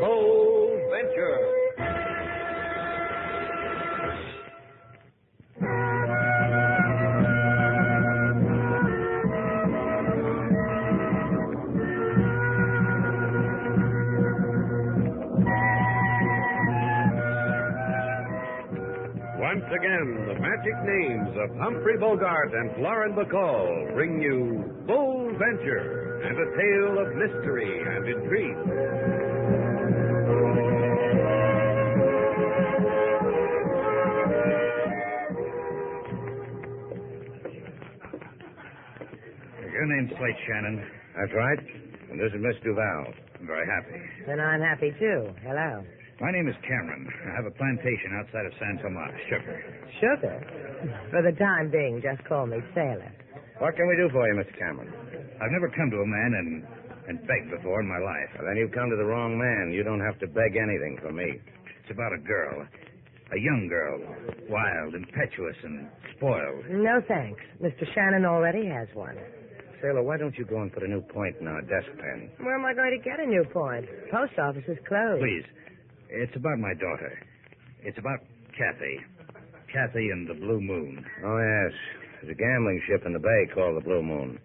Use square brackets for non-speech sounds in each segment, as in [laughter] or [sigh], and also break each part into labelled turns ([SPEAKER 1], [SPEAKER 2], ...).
[SPEAKER 1] Bold Venture. Once again, the magic names of Humphrey Bogart and Lauren Bacall bring you Bold Venture and a tale of mystery and intrigue.
[SPEAKER 2] Your name's Slate, Shannon.
[SPEAKER 1] That's right. And this is Miss Duval. I'm very happy.
[SPEAKER 3] Then I'm happy too. Hello.
[SPEAKER 2] My name is Cameron. I have a plantation outside of San Tomas, Sugar.
[SPEAKER 3] Sugar? For the time being, just call me Sailor.
[SPEAKER 1] What can we do for you, Mr. Cameron?
[SPEAKER 2] I've never come to a man and, and begged before in my life.
[SPEAKER 1] Well, then you've come to the wrong man. You don't have to beg anything from me.
[SPEAKER 2] It's about a girl. A young girl. Wild, impetuous, and spoiled.
[SPEAKER 3] No thanks. Mr. Shannon already has one.
[SPEAKER 1] Sailor, why don't you go and put a new point in our desk pen?
[SPEAKER 3] Where am I going to get a new point? Post office is closed.
[SPEAKER 2] Please. It's about my daughter. It's about Kathy. Kathy and the Blue Moon.
[SPEAKER 1] Oh, yes. There's a gambling ship in the bay called the Blue Moon.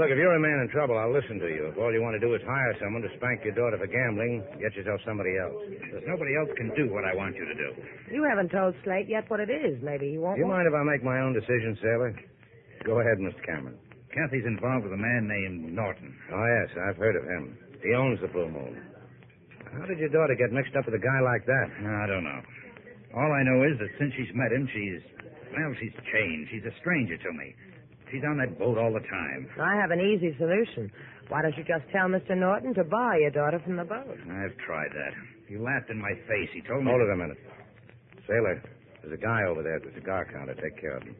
[SPEAKER 1] Look, if you're a man in trouble, I'll listen to you. If all you want to do is hire someone to spank your daughter for gambling, get yourself somebody else.
[SPEAKER 2] There's nobody else can do what I want you to do.
[SPEAKER 3] You haven't told Slate yet what it is. Maybe he won't.
[SPEAKER 1] Do you
[SPEAKER 3] want-
[SPEAKER 1] mind if I make my own decision, Sailor? Go ahead, Mr. Cameron.
[SPEAKER 2] Kathy's involved with a man named Norton.
[SPEAKER 1] Oh, yes, I've heard of him. He owns the Blue Moon. How did your daughter get mixed up with a guy like that?
[SPEAKER 2] I don't know. All I know is that since she's met him, she's, well, she's changed. She's a stranger to me. She's on that boat all the time.
[SPEAKER 3] I have an easy solution. Why don't you just tell Mr. Norton to buy your daughter from the boat?
[SPEAKER 2] I've tried that. He laughed in my face. He told me.
[SPEAKER 1] Hold it a minute. Sailor, there's a guy over there at the cigar counter. Take care of him.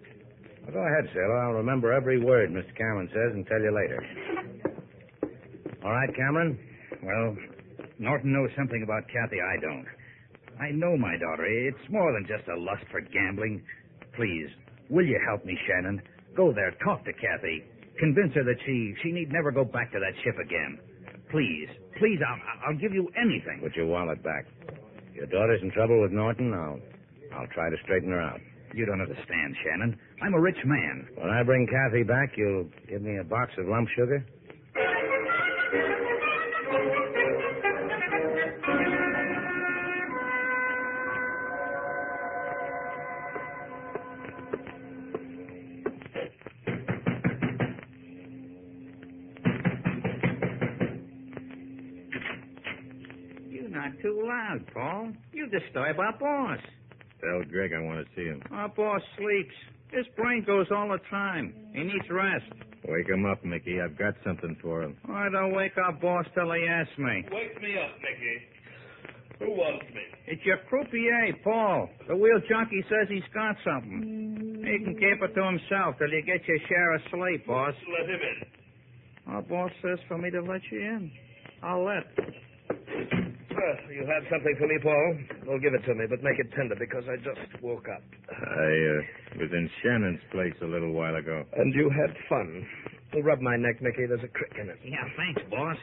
[SPEAKER 1] Well, go ahead, Sailor. I'll remember every word Mr. Cameron says and tell you later. All right, Cameron?
[SPEAKER 2] Well, Norton knows something about Kathy I don't. I know my daughter. It's more than just a lust for gambling. Please, will you help me, Shannon? Go there, talk to Kathy. Convince her that she she need never go back to that ship again. Please, please, I'll, I'll give you anything.
[SPEAKER 1] Put your wallet back. Your daughter's in trouble with Norton. I'll, I'll try to straighten her out.
[SPEAKER 2] You don't understand, Shannon. I'm a rich man.
[SPEAKER 1] When I bring Kathy back, you'll give me a box of lump sugar?
[SPEAKER 2] You're not too loud, Paul. You disturb our boss.
[SPEAKER 1] Tell Greg I want to see him.
[SPEAKER 2] Our boss sleeps. His brain goes all the time. He needs rest.
[SPEAKER 1] Wake him up, Mickey. I've got something for him.
[SPEAKER 2] I don't wake our boss till he asks me.
[SPEAKER 4] Wake me up, Mickey. Who wants me?
[SPEAKER 2] It's your croupier, Paul. The wheel junkie says he's got something. He can keep it to himself till you get your share of sleep, boss.
[SPEAKER 4] Let him in.
[SPEAKER 2] Our boss says for me to let you in. I'll let.
[SPEAKER 4] Now,
[SPEAKER 5] Uh, you have something for me, Paul? Well, give it to me, but make it tender because I just woke up.
[SPEAKER 2] I uh, was in Shannon's place a little while ago.
[SPEAKER 5] And you had fun. Rub my neck, Mickey. There's a crick in it.
[SPEAKER 4] Yeah, thanks, boss.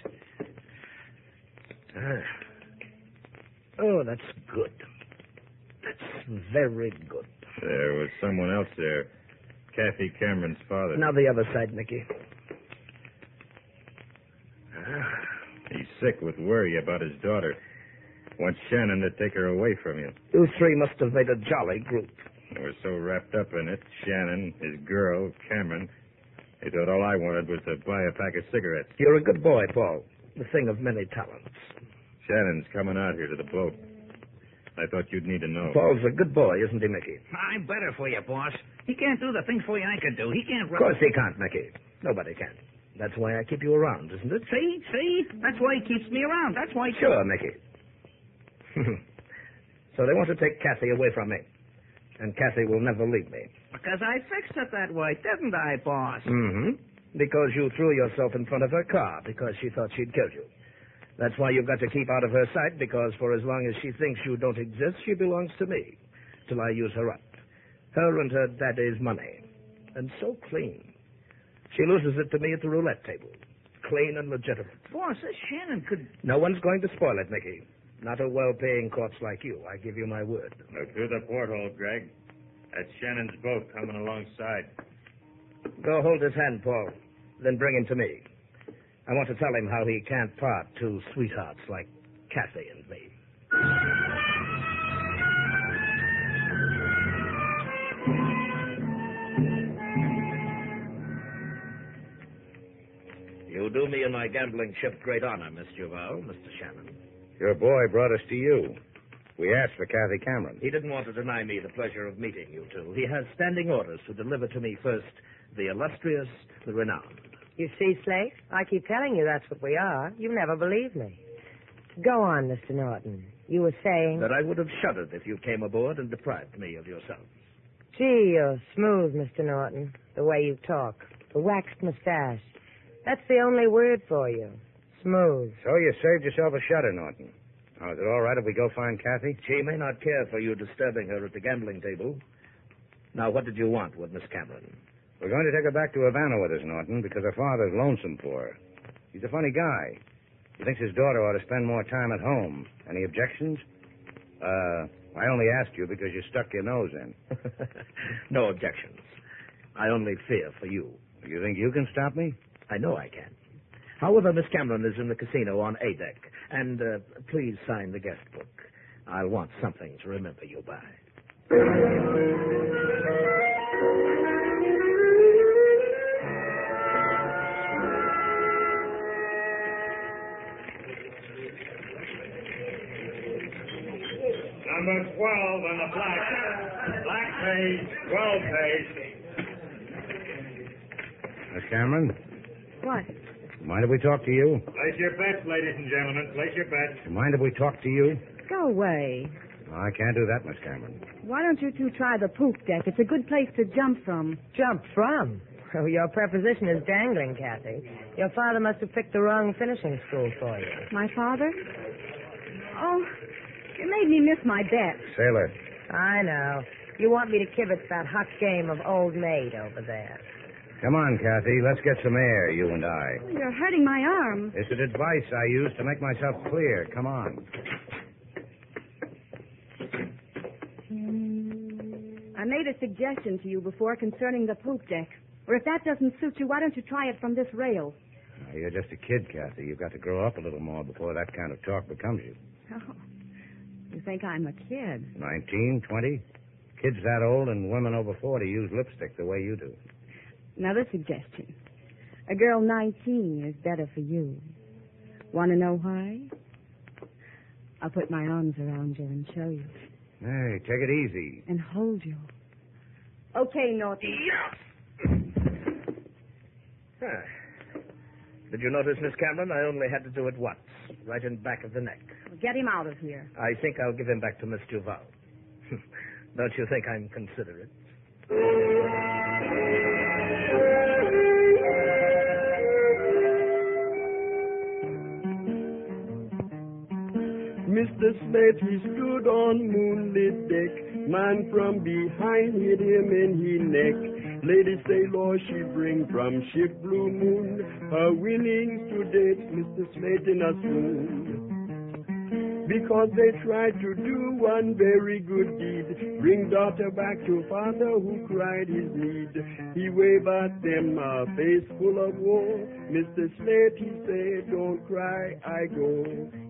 [SPEAKER 5] Ah. Oh, that's good. That's very good.
[SPEAKER 2] There was someone else there. Kathy Cameron's father.
[SPEAKER 5] Now the other side, Mickey. Ah.
[SPEAKER 2] He's sick with worry about his daughter. Wants Shannon to take her away from you.
[SPEAKER 5] You three must have made a jolly group.
[SPEAKER 2] They were so wrapped up in it, Shannon, his girl, Cameron, they thought all I wanted was to buy a pack of cigarettes.
[SPEAKER 5] You're a good boy, Paul. The thing of many talents.
[SPEAKER 2] Shannon's coming out here to the boat. I thought you'd need to know.
[SPEAKER 5] Paul's a good boy, isn't he, Mickey?
[SPEAKER 4] I'm better for you, boss. He can't do the things for you I could do. He can't
[SPEAKER 5] Of course he can't, Mickey. Nobody can. That's why I keep you around, isn't it?
[SPEAKER 4] See, see? That's why he keeps me around. That's why.
[SPEAKER 5] Sure, Mickey. [laughs] so they want to take Kathy away from me. And Kathy will never leave me.
[SPEAKER 4] Because I fixed it that way, didn't I, boss?
[SPEAKER 5] Mm-hmm. Because you threw yourself in front of her car because she thought she'd killed you. That's why you've got to keep out of her sight because for as long as she thinks you don't exist, she belongs to me till I use her up. Her and her daddy's money. And so clean. She loses it to me at the roulette table. Clean and legitimate.
[SPEAKER 4] Boss, this Shannon could.
[SPEAKER 5] No one's going to spoil it, Mickey. Not a well-paying corpse like you. I give you my word.
[SPEAKER 2] Look through the porthole, Greg. That's Shannon's boat coming alongside.
[SPEAKER 5] Go hold his hand, Paul. Then bring him to me. I want to tell him how he can't part two sweethearts like Kathy and me. You do me and my gambling ship great honor, Miss Duval, Mr. Shannon.
[SPEAKER 2] Your boy brought us to you. We asked for Kathy Cameron.
[SPEAKER 5] He didn't want to deny me the pleasure of meeting you two. He has standing orders to deliver to me first the illustrious, the renowned.
[SPEAKER 3] You see, Slate, I keep telling you that's what we are. You never believe me. Go on, Mr. Norton. You were saying,
[SPEAKER 5] That I would have shuddered if you came aboard and deprived me of yourself.
[SPEAKER 3] gee, you're smooth, Mr. Norton, the way you talk. The waxed mustache. That's the only word for you. Smooth.
[SPEAKER 2] So you saved yourself a shudder, Norton. Now, is it all right if we go find Kathy?
[SPEAKER 5] She may not care for you disturbing her at the gambling table. Now, what did you want with Miss Cameron? [laughs]
[SPEAKER 2] We're going to take her back to Havana with us, Norton, because her father's lonesome for her. He's a funny guy. He thinks his daughter ought to spend more time at home. Any objections? Uh, I only asked you because you stuck your nose in.
[SPEAKER 5] [laughs] no objections. I only fear for you.
[SPEAKER 2] You think you can stop me?
[SPEAKER 5] I know I can. However, Miss Cameron is in the casino on A deck, and uh, please sign the guest book. I'll want something to remember you by.
[SPEAKER 6] Number 12 on the black. Black page, 12 page.
[SPEAKER 2] Miss Cameron,
[SPEAKER 3] What?
[SPEAKER 2] mind if we talk to you?
[SPEAKER 6] Place your bets, ladies and gentlemen. Place your bets.
[SPEAKER 2] Mind if we talk to you?
[SPEAKER 7] Go away.
[SPEAKER 2] No, I can't do that, Miss Cameron.
[SPEAKER 7] Why don't you two try the poop deck? It's a good place to jump from.
[SPEAKER 3] Jump from. Oh, your preposition is dangling, Kathy. Your father must have picked the wrong finishing school for you.
[SPEAKER 7] My father? Oh, it made me miss my bet.
[SPEAKER 2] Sailor,
[SPEAKER 3] I know. You want me to kibitz that hot game of old maid over there.
[SPEAKER 2] come on, Kathy. Let's get some air, you and I.
[SPEAKER 7] You're hurting my arm.
[SPEAKER 2] It's an advice I use to make myself clear. Come on.
[SPEAKER 7] I made a suggestion to you before concerning the poop deck. Or if that doesn't suit you, why don't you try it from this rail?
[SPEAKER 2] Now, you're just a kid, Kathy. You've got to grow up a little more before that kind of talk becomes you.
[SPEAKER 7] Oh, you think I'm a kid?
[SPEAKER 2] Nineteen, twenty. Kids that old and women over 40 use lipstick the way you do.
[SPEAKER 7] Another suggestion. A girl 19 is better for you. Want to know why? I'll put my arms around you and show you
[SPEAKER 2] Hey, take it easy.
[SPEAKER 7] and hold you. Okay, Norton.
[SPEAKER 5] Huh.
[SPEAKER 2] Ah.
[SPEAKER 5] Did you notice, Miss Cameron? I only had to do it once, right in back of the neck.
[SPEAKER 7] Get him out of here.
[SPEAKER 5] I think I'll give him back to Miss Duval. [laughs] Don't you think I'm considerate?
[SPEAKER 8] Mr. Smith, he stood on moonlit deck. Man from behind hit him in he neck. Lady sailor she bring from ship blue moon. Her willing to date Mr. Smith in a swoon. Because they tried to do one very good deed, bring daughter back to father who cried his need. He waved at them a face full of woe. Mr. Slate, he said, don't cry,
[SPEAKER 3] [laughs]
[SPEAKER 8] I go.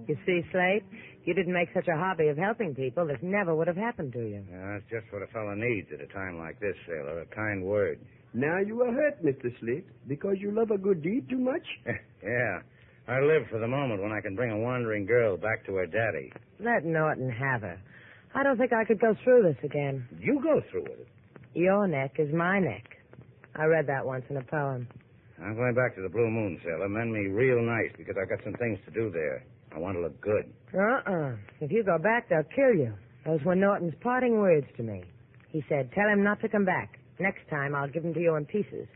[SPEAKER 3] You see, Slate, you didn't make such a hobby of helping people. This never would have happened to you.
[SPEAKER 2] Yeah, that's just what a fellow needs at a time like this, sailor. A kind word.
[SPEAKER 8] Now you are hurt, Mr. Slate, because you love a good deed too much.
[SPEAKER 2] [laughs] yeah. I live for the moment when I can bring a wandering girl back to her daddy.
[SPEAKER 3] Let Norton have her. I don't think I could go through this again.
[SPEAKER 2] You go through with it.
[SPEAKER 3] Your neck is my neck. I read that once in a poem.
[SPEAKER 2] I'm going back to the Blue Moon, sailor. Mend me real nice because I've got some things to do there. I want to look good.
[SPEAKER 3] Uh-uh. If you go back, they'll kill you. Those were Norton's parting words to me. He said, tell him not to come back. Next time, I'll give him to you in pieces.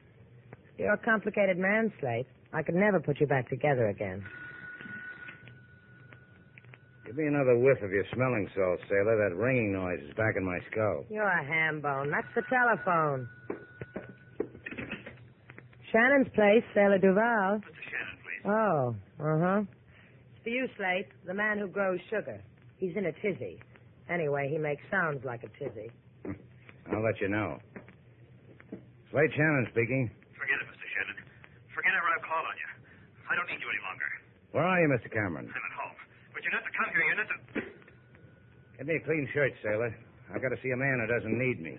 [SPEAKER 3] You're a complicated man, Slate. I could never put you back together again.
[SPEAKER 2] Give me another whiff of your smelling salts, sailor. That ringing noise is back in my skull.
[SPEAKER 3] You're a ham bone. That's the telephone. Shannon's place, Sailor Duval.
[SPEAKER 4] Shannon, please.
[SPEAKER 3] Oh, uh-huh. It's for you, Slate, the man who grows sugar. He's in a tizzy. Anyway, he makes sounds like a tizzy.
[SPEAKER 2] I'll let you know. Slate Shannon speaking.
[SPEAKER 4] Forget it, Mr. Shannon. Forget ever I've called on you. I don't need you any longer.
[SPEAKER 2] Where are you, Mr. Cameron?
[SPEAKER 4] I'm at home. But you're not to come here. You're not to.
[SPEAKER 2] Get me a clean shirt, sailor. I've got to see a man who doesn't need me.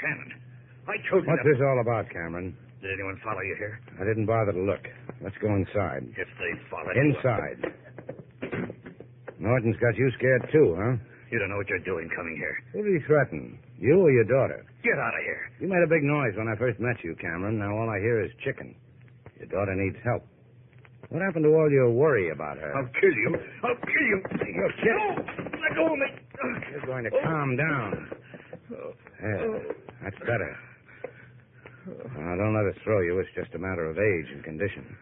[SPEAKER 4] Shannon, I told you.
[SPEAKER 2] What's this all about, Cameron?
[SPEAKER 4] [laughs] Did anyone follow you here?
[SPEAKER 2] I didn't bother to look. Let's go inside.
[SPEAKER 4] If they followed you.
[SPEAKER 2] Inside. Norton's got you scared too, huh?
[SPEAKER 4] You don't know what you're doing coming here.
[SPEAKER 2] Who did he threaten? You or your daughter?
[SPEAKER 4] Get out of here.
[SPEAKER 2] You made a big noise when I first met you, Cameron. Now all I hear is chicken. Your daughter needs help. What happened to all your worry about her?
[SPEAKER 9] Oh,
[SPEAKER 4] I'll kill you. I'll kill you.
[SPEAKER 2] Uh, You're kidding.
[SPEAKER 4] No! Let go of me. Oh.
[SPEAKER 2] You're going to calm down. There. That's better. Now, don't let it throw you. It's just a matter of age and condition.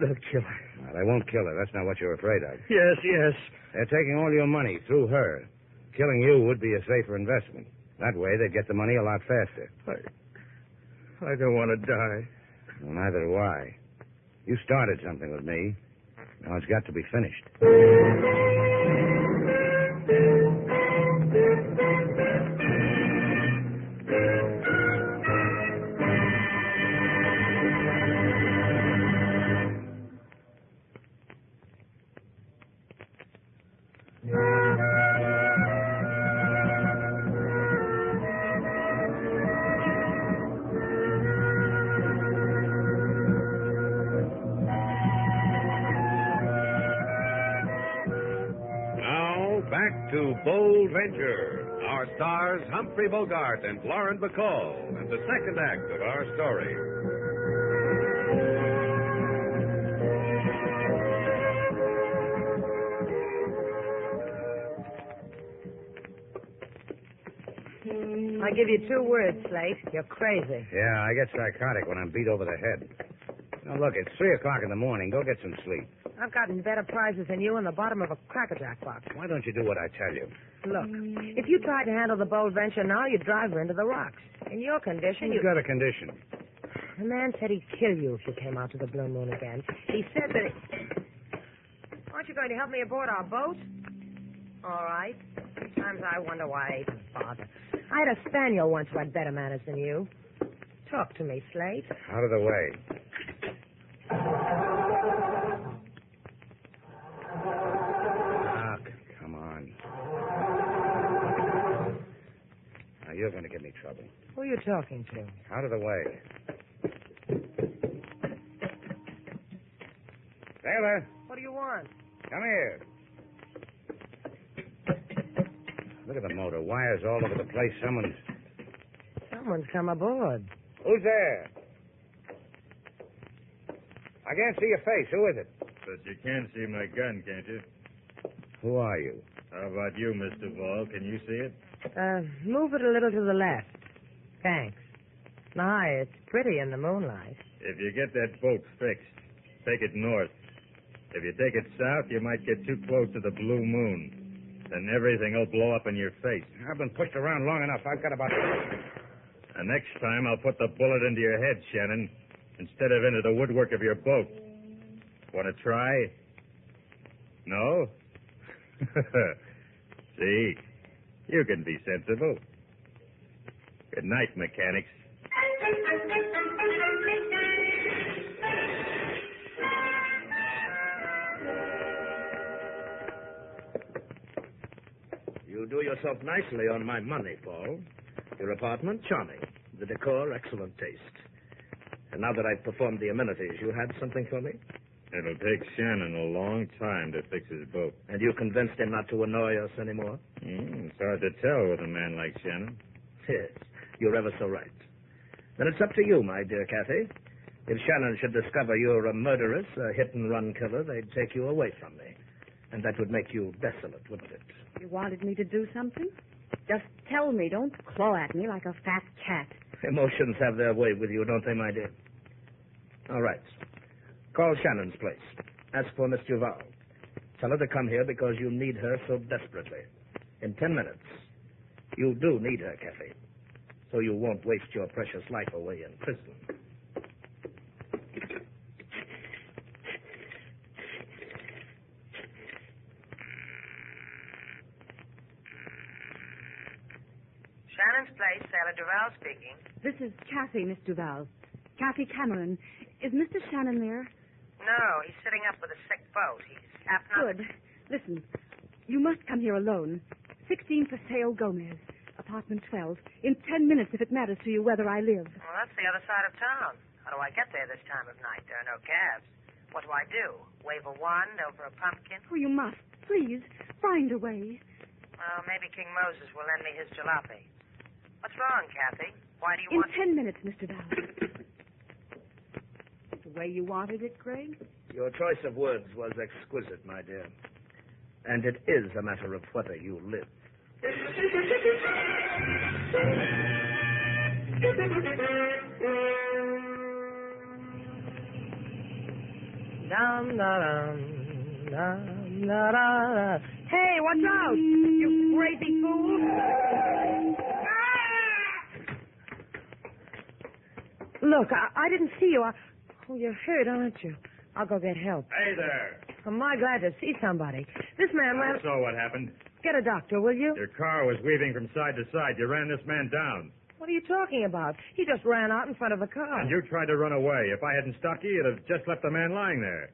[SPEAKER 4] They'll kill her.
[SPEAKER 2] Now, they won't kill her. That's not what you're afraid of.
[SPEAKER 4] Yes, yes.
[SPEAKER 2] They're taking all your money through her. Killing you would be a safer investment. That way, they'd get the money a lot faster.
[SPEAKER 4] I don't want to die.
[SPEAKER 2] Well, neither do I. You started something with me. Now it's got to be finished.
[SPEAKER 1] Now, back to Bold Venture. Our stars, Humphrey Bogart and Lauren Bacall, and the second act of our story.
[SPEAKER 3] I give you two words, Slate. You're crazy.
[SPEAKER 2] Yeah, I get psychotic when I'm beat over the head. Now, look, it's 3 o'clock in the morning. Go get some sleep.
[SPEAKER 3] I've gotten better prizes than you in the bottom of a crackerjack box.
[SPEAKER 2] Why don't you do what I tell you?
[SPEAKER 3] Look, if you tried to handle the bold venture now, you'd drive her into the rocks. In your condition,
[SPEAKER 2] She's
[SPEAKER 3] you...
[SPEAKER 2] got a condition.
[SPEAKER 3] The man said he'd kill you if you came out to the Blue Moon again. He said that... He... Aren't you going to help me aboard our boat? All right. Sometimes I wonder why I even bother. I had a spaniel once who had better manners than you. Talk to me, Slate.
[SPEAKER 2] Out of the way. Ah, c- come on. Now, you're going to give me trouble.
[SPEAKER 3] Who are you talking to?
[SPEAKER 2] Out of the way. Sailor,
[SPEAKER 3] What do you want?
[SPEAKER 2] come here. Look at the motor. Wires all over the place. Someone's.
[SPEAKER 3] Someone's come aboard.
[SPEAKER 2] Who's there? I can't see your face. Who is it?
[SPEAKER 6] but you can see my gun, can't you?
[SPEAKER 2] Who are you?
[SPEAKER 6] How about you, Mr. Vall? Can you see it?
[SPEAKER 3] Uh, move it a little to the left. Thanks. My, it's pretty in the moonlight.
[SPEAKER 6] If you get that boat fixed, take it north. If you take it south, you might get too close to the blue moon. Then everything will blow up in your face.
[SPEAKER 2] I've been pushed around long enough. I've got about.
[SPEAKER 6] The next time, I'll put the bullet into your head, Shannon, instead of into the woodwork of your boat. Want to try? No? [laughs] See, you can be sensible. Good night, mechanics.
[SPEAKER 5] You do yourself nicely on my money, Paul. Your apartment, charming. The decor, excellent taste. And now that I've performed the amenities, you had something for me?
[SPEAKER 6] It'll take Shannon a long time to fix his boat.
[SPEAKER 5] And you convinced him not to annoy us anymore?
[SPEAKER 6] Mm, it's hard to tell with a man like Shannon.
[SPEAKER 5] Yes, you're ever so right. Then it's up to you, my dear Kathy. If Shannon should discover you're a murderess, a hit and run killer, they'd take you away from me. And that would make you desolate, wouldn't it?
[SPEAKER 7] You wanted me to do something? Just tell me. Don't claw at me like a fat cat.
[SPEAKER 5] Emotions have their way with you, don't they, my dear? All right. Call Shannon's place. Ask for Miss Duval. Tell her to come here because you need her so desperately. In ten minutes. You do need her, Kathy. So you won't waste your precious life away in prison.
[SPEAKER 3] Shannon's place, Sailor Duval speaking.
[SPEAKER 7] This is Kathy, Miss Duval. Kathy Cameron. Is Mr. Shannon there?
[SPEAKER 3] No, he's sitting up with a sick boat. He's apneic.
[SPEAKER 7] Good. Listen, you must come here alone. 16 Paseo Gomez, apartment 12. In 10 minutes, if it matters to you whether I live.
[SPEAKER 3] Well, that's the other side of town. How do I get there this time of night? There are no cabs. What do I do? Wave a wand over a pumpkin?
[SPEAKER 7] Oh, you must. Please, find a way.
[SPEAKER 3] Well, maybe King Moses will lend me his jalopy. What's wrong, Kathy? Why do you
[SPEAKER 7] In
[SPEAKER 3] want...
[SPEAKER 7] 10 minutes, Mr. Duval. the way you wanted it, Craig?
[SPEAKER 5] Your choice of words was exquisite, my dear. And it is a matter of whether you live.
[SPEAKER 3] Dum, da, dum, dum, da, da, da. Hey, watch out! You crazy fool! Look, I, I didn't see you. I... Oh, you're hurt, aren't you? I'll go get help.
[SPEAKER 6] Hey there!
[SPEAKER 3] Am I glad to see somebody? This man
[SPEAKER 6] I
[SPEAKER 3] ran.
[SPEAKER 6] saw what happened.
[SPEAKER 3] Get a doctor, will you?
[SPEAKER 6] Your car was weaving from side to side. You ran this man down.
[SPEAKER 3] What are you talking about? He just ran out in front of a
[SPEAKER 4] Oh.
[SPEAKER 3] car.
[SPEAKER 6] And you tried to run away. If I hadn't stopped you, you'd have just left the man lying there.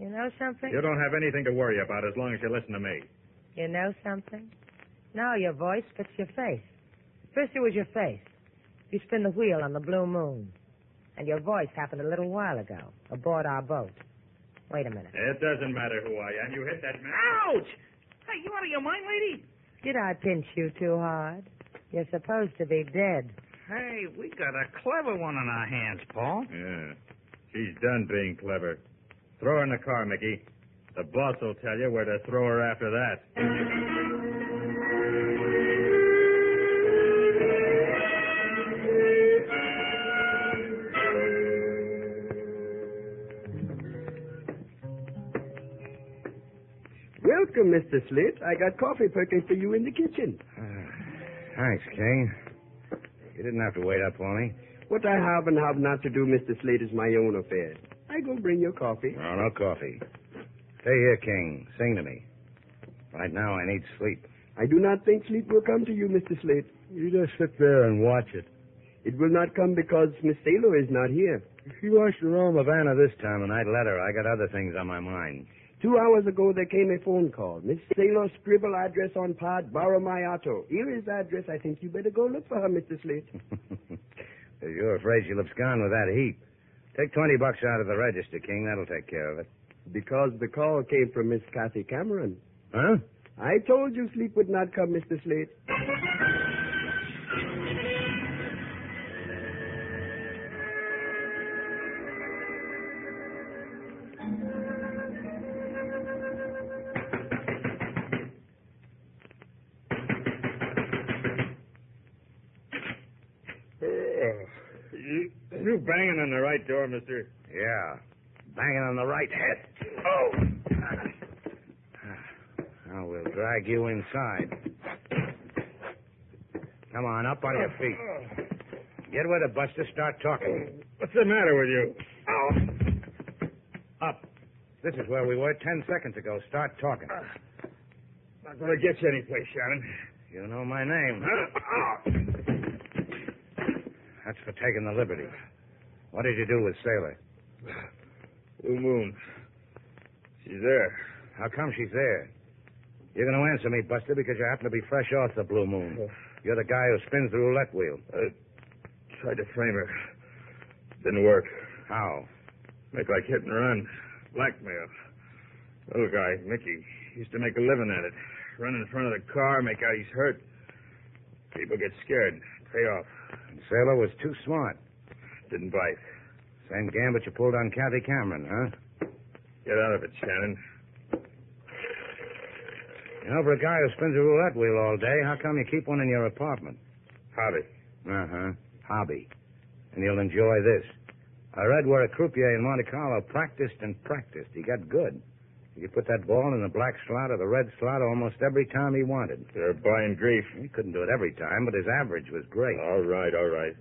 [SPEAKER 3] You know something?
[SPEAKER 6] You don't have anything to worry about as long as you listen to me.
[SPEAKER 3] You know something? Now your voice fits your face. First it was your face. You spin the wheel on the blue moon. And your voice happened a little while ago, aboard our boat. Wait a minute.
[SPEAKER 6] It doesn't matter who I am. You hit that man.
[SPEAKER 3] Ouch! Hey, you out of your mind, lady? Did I pinch you too hard? You're supposed to be dead.
[SPEAKER 4] Hey, we got a clever one on our hands, Paul.
[SPEAKER 6] Yeah. She's done being clever. Throw her in the car, Mickey. The boss will tell you where to throw her after that.
[SPEAKER 4] Uh,
[SPEAKER 8] Welcome, Mr. Slit. I got coffee perking for you in the kitchen.
[SPEAKER 2] Thanks, King. You didn't have to wait up for me.
[SPEAKER 8] What I have and have not to do, Mr. Slate, is my own affair. I go bring your coffee.
[SPEAKER 2] No, no coffee. Stay here, King. Sing to me. Right now, I need sleep.
[SPEAKER 8] I do not think sleep will come to you, Mr. Slate.
[SPEAKER 2] You just sit there and watch it.
[SPEAKER 8] It will not come because Miss Taylor is not here.
[SPEAKER 2] If she wants to roam Havana this time and I'd let her, I got other things on my mind.
[SPEAKER 8] Two hours ago, there came a phone call. Miss Taylor scribble address on pad, borrow my auto. Here is the address. I think you better go look for her, Mr. Slate.
[SPEAKER 2] If You're afraid she'll have gone with that heap. Take 20 bucks out of the register, King. That'll take care of it.
[SPEAKER 8] Because the call came from Miss Kathy Cameron.
[SPEAKER 2] Huh?
[SPEAKER 8] I told you sleep would not come, Mr. Slate.
[SPEAKER 6] you banging on the right door, mister?
[SPEAKER 2] Yeah. Banging on the right head. Oh! Now we'll drag you inside. Come on, up on your
[SPEAKER 3] Oh.
[SPEAKER 2] feet. Get with it, Buster. Start talking.
[SPEAKER 6] What's the matter with you?
[SPEAKER 2] Up. This is where we were ten seconds ago. Start talking.
[SPEAKER 6] Uh, Not going to get you anyplace, Shannon.
[SPEAKER 2] You know my name, huh? That's for taking the liberty. What did you do with Sailor?
[SPEAKER 6] Blue Moon. She's there.
[SPEAKER 2] How come she's there? You're going to answer me, Buster, because you happen to be fresh off the Blue
[SPEAKER 6] Oh.
[SPEAKER 2] Moon. You're the guy who spins the roulette wheel.
[SPEAKER 6] Uh, Tried to frame her. Didn't work.
[SPEAKER 2] How?
[SPEAKER 6] Make like hit and run. Blackmail. Little guy, Mickey, used to make a living at it. Run in front of the car, make out he's hurt. People get scared. Pay off.
[SPEAKER 2] And Sailor was too smart.
[SPEAKER 6] Didn't bite.
[SPEAKER 2] Same gambit you pulled on Kathy Cameron, huh?
[SPEAKER 6] Get out of it, Shannon.
[SPEAKER 2] You know, for a guy who spins a roulette wheel all day, how come you keep one in your apartment?
[SPEAKER 6] Hobby.
[SPEAKER 2] Uh huh. Hobby. And you'll enjoy this. I read where a croupier in Monte Carlo practiced and practiced. He got good. He could put that ball in the black slot or the red slot almost every time he wanted.
[SPEAKER 6] They're buying grief.
[SPEAKER 2] He couldn't do it every time, but his average was great.
[SPEAKER 6] All right, all right.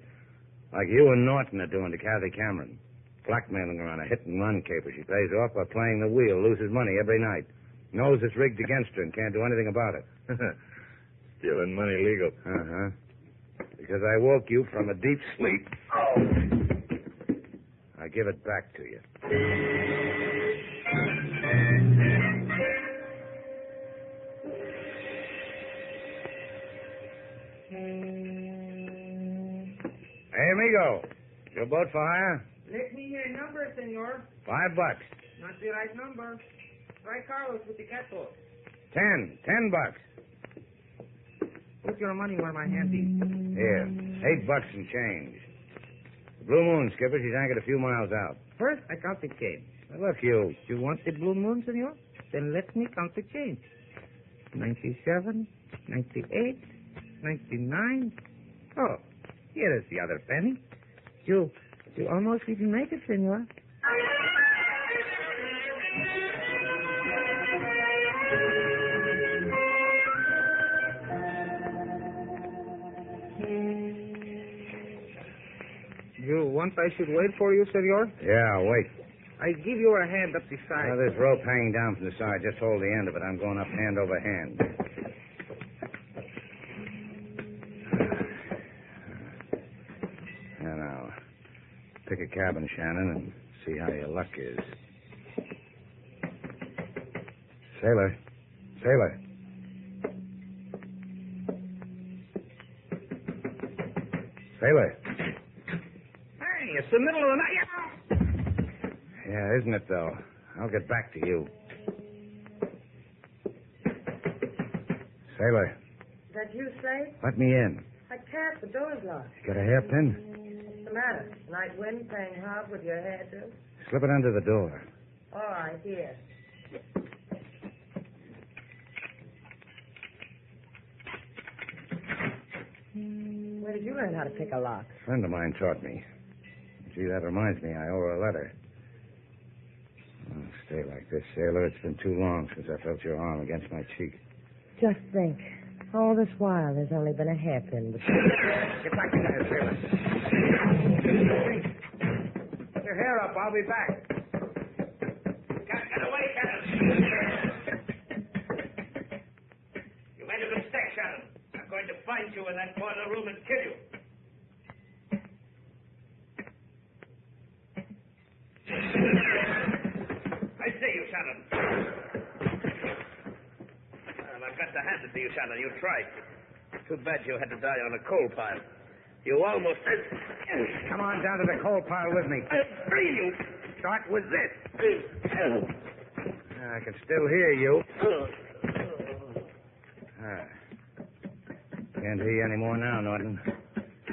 [SPEAKER 2] Like you and Norton are doing to Kathy Cameron. Blackmailing her on a hit and run caper. She pays off by playing the wheel, loses money every night. Knows it's rigged against her and can't do anything about it.
[SPEAKER 6] [laughs] Stealing money legal.
[SPEAKER 2] Uh huh. Because I woke you from a deep sleep.
[SPEAKER 6] Oh.
[SPEAKER 2] I give it back to you. Hey, amigo. Your boat for hire?
[SPEAKER 3] Let me hear your number, senor.
[SPEAKER 2] Five bucks.
[SPEAKER 3] Not the right number. Try Carlos with the cattle.
[SPEAKER 2] Ten. Ten bucks.
[SPEAKER 3] Put your money where my hand is.
[SPEAKER 2] Here. Eight bucks and change. The Blue Moon, Skipper. She's anchored a few miles out.
[SPEAKER 3] First, I count the change.
[SPEAKER 2] Now, Look, you.
[SPEAKER 3] You want the blue moon, senor? Then let me count the change. Ninety-seven, ninety-eight, ninety-nine. Oh, here is the other penny. You, you almost didn't make it, senor. You want I should wait for you, senor?
[SPEAKER 2] Yeah, wait.
[SPEAKER 3] I give you a hand up the side.
[SPEAKER 2] Now, this rope hanging down from the side, just hold the end of it. I'm going up hand over hand. And now, pick a cabin, Shannon, and see how your luck is. Sailor. Sailor. Sailor.
[SPEAKER 3] Hey, it's the middle of the night.
[SPEAKER 2] Yeah, isn't it, though? I'll get back to you. Sailor,
[SPEAKER 3] That you say?
[SPEAKER 2] let me in.
[SPEAKER 3] I can't. The door's locked.
[SPEAKER 2] You got a hairpin?
[SPEAKER 3] What's the matter? Night wind playing hard with your hair, too?
[SPEAKER 2] Slip it under the door.
[SPEAKER 3] All right, here. Where did you learn how to pick a lock?
[SPEAKER 2] A friend of mine taught me. Gee, that reminds me, I owe her a letter. Oh, stay like this, Sailor. It's been too long since I felt your arm against my cheek.
[SPEAKER 3] Just think. All this while, there's only been a hairpin between.
[SPEAKER 2] Get back in there, Sailor.
[SPEAKER 3] Put your hair up. I'll be back.
[SPEAKER 10] You made a mistake, Shannon. I'm going to find you in that corner room and kill you. I see you, Shannon. Well, I've got to hand it to you, Shannon. You tried. Too bad you had to die on a coal pile. You almost.
[SPEAKER 2] Come on down to the coal pile with me.
[SPEAKER 10] I'll free you.
[SPEAKER 2] Start with this.
[SPEAKER 10] Uh,
[SPEAKER 2] I can still hear you. Ah. Can't hear you any more now, Norton.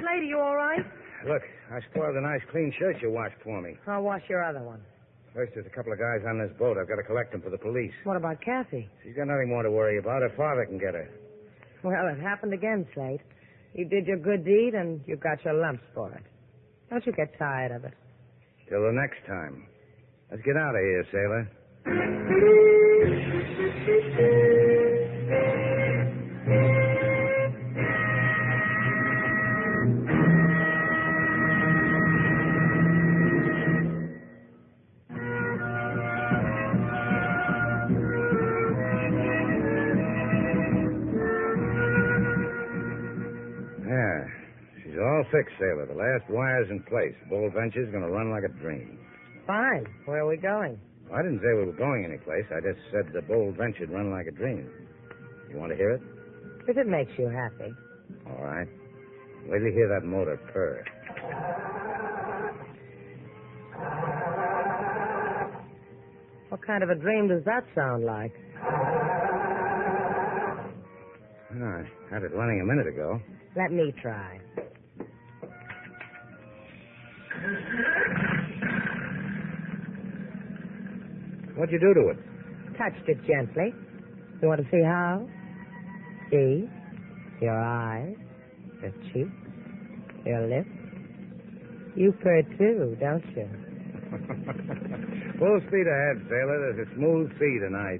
[SPEAKER 3] Lady, you all right?
[SPEAKER 2] Look, I spoiled a nice clean shirt you washed for me.
[SPEAKER 3] I'll wash your other one.
[SPEAKER 2] First, there's a couple of guys on this boat. I've got to collect them for the police.
[SPEAKER 3] What about Kathy?
[SPEAKER 2] She's got nothing more to worry about. Her father can get her.
[SPEAKER 3] Well, it happened again, Slade. You did your good deed, and you got your lumps for it. Don't you get tired of it?
[SPEAKER 2] Till the next time. Let's get out of here, sailor. Yeah. She's all fixed, sailor. The last wire's in place. Bull Venture's going to run like a dream.
[SPEAKER 3] Fine. Where are we going?
[SPEAKER 2] I didn't say we were going anyplace. I just said the Bold Venture'd run like a dream. You want to hear it?
[SPEAKER 3] If it makes you happy.
[SPEAKER 2] All right. Wait till you hear that motor purr.
[SPEAKER 3] What kind of a dream does that sound like?
[SPEAKER 2] Oh, I had it running a minute ago.
[SPEAKER 3] Let me try.
[SPEAKER 2] What'd you do to it?
[SPEAKER 3] Touched it gently. You want to see how? See? Your eyes, your cheeks, your lips. You purr too, don't you?
[SPEAKER 2] [laughs] Full speed ahead, sailor. There's a smooth sea tonight.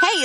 [SPEAKER 11] Hey,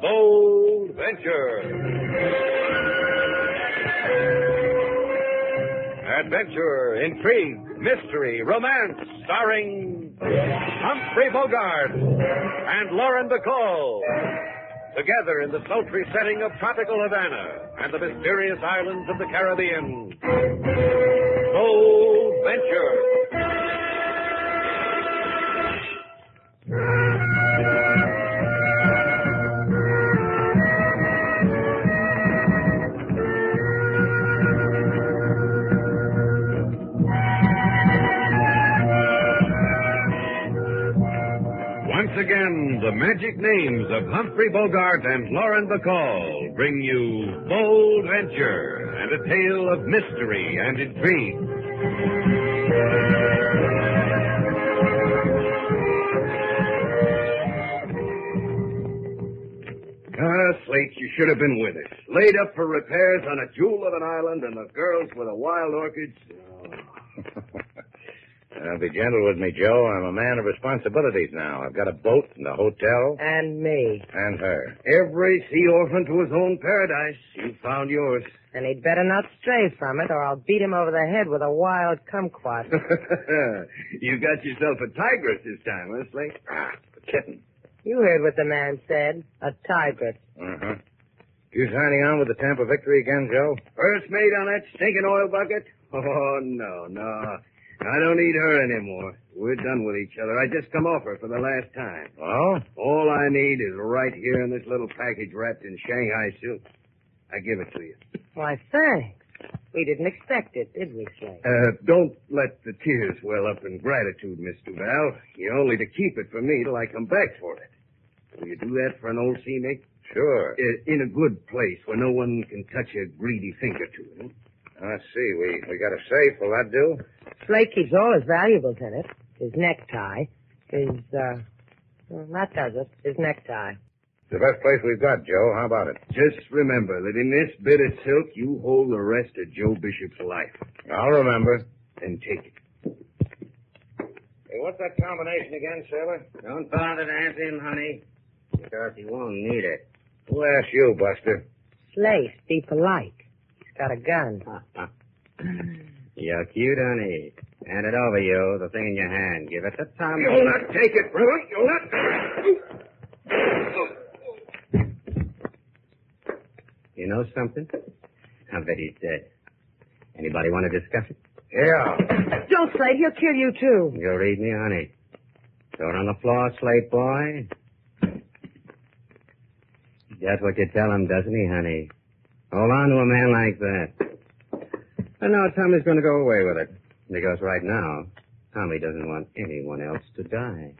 [SPEAKER 1] Bold Venture. Adventure, intrigue, mystery, romance, starring Humphrey Bogart and Lauren Bacall. Together in the sultry setting of tropical Havana and the mysterious islands of the Caribbean. Bold Venture.
[SPEAKER 12] Once again, the magic names of Humphrey Bogart and Lauren Bacall bring you Bold Venture and a tale of mystery and intrigue.
[SPEAKER 13] Ah, Slates, you should have been with us. Laid up for repairs on a jewel of an island and the girls with the wild orchids.
[SPEAKER 2] Uh, be gentle with me, Joe. I'm a man of responsibilities now. I've got a boat and a hotel.
[SPEAKER 3] And me.
[SPEAKER 2] And her.
[SPEAKER 13] Every sea orphan to his own paradise. You found yours. [laughs]
[SPEAKER 3] And he'd better not stray from it, or I'll beat him over the head with a wild
[SPEAKER 13] [laughs]
[SPEAKER 3] kumquat.
[SPEAKER 13] you got yourself a tigress this time, huh, Slate? Ah, a kitten.
[SPEAKER 3] you heard what the man said. A tigress.
[SPEAKER 2] Uh-huh. You signing on with the Tampa Victory again, Joe?
[SPEAKER 13] First mate on that stinking oil bucket? [laughs] Oh, no, no. I don't need her anymore. We're done with each other. I just come off her for the last time.
[SPEAKER 2] Well?
[SPEAKER 13] All I need is right here in this little package wrapped in Shanghai silk. I give it to you.
[SPEAKER 14] Why, thanks. We didn't expect it, did we, Slade?
[SPEAKER 13] Uh, don't let the tears well up in gratitude, Miss Duval. You're only to keep it from me till I come back for it. Will you do that for an old seamate?
[SPEAKER 12] Sure.
[SPEAKER 13] Uh, in a good place where no one can touch a greedy finger to it.
[SPEAKER 12] I see. We we got a safe. Will that do?
[SPEAKER 14] Slade keeps all his valuables in it. His necktie. His, uh, well, that does it. His necktie.
[SPEAKER 12] It's the best place we've got, Joe. How about it?
[SPEAKER 13] Just remember that in this bit of silk, you hold the rest of Joe Bishop's life.
[SPEAKER 12] I'll remember.
[SPEAKER 13] Then take it.
[SPEAKER 2] Hey, what's that combination again, Sailor?
[SPEAKER 10] Don't bother to answer him, honey. Because he won't need it.
[SPEAKER 2] Who asked you, Buster?
[SPEAKER 14] Slade, be polite. He's got a gun.
[SPEAKER 10] You're cute, honey. Hand it over, you. The thing in your hand. Give it to Tommy.
[SPEAKER 13] You'll not take it, brother. You'll not.
[SPEAKER 10] You know something? I bet he's dead. Anybody want to discuss it?
[SPEAKER 2] Yeah.
[SPEAKER 14] Don't, Slade. He'll kill you, too.
[SPEAKER 10] You read me, honey. Throw it on the floor, slate boy. That's what you tell him, doesn't he, honey? Hold on to a man like that. And now Tommy's going to go away with it. Because right now, Tommy doesn't want anyone else to die.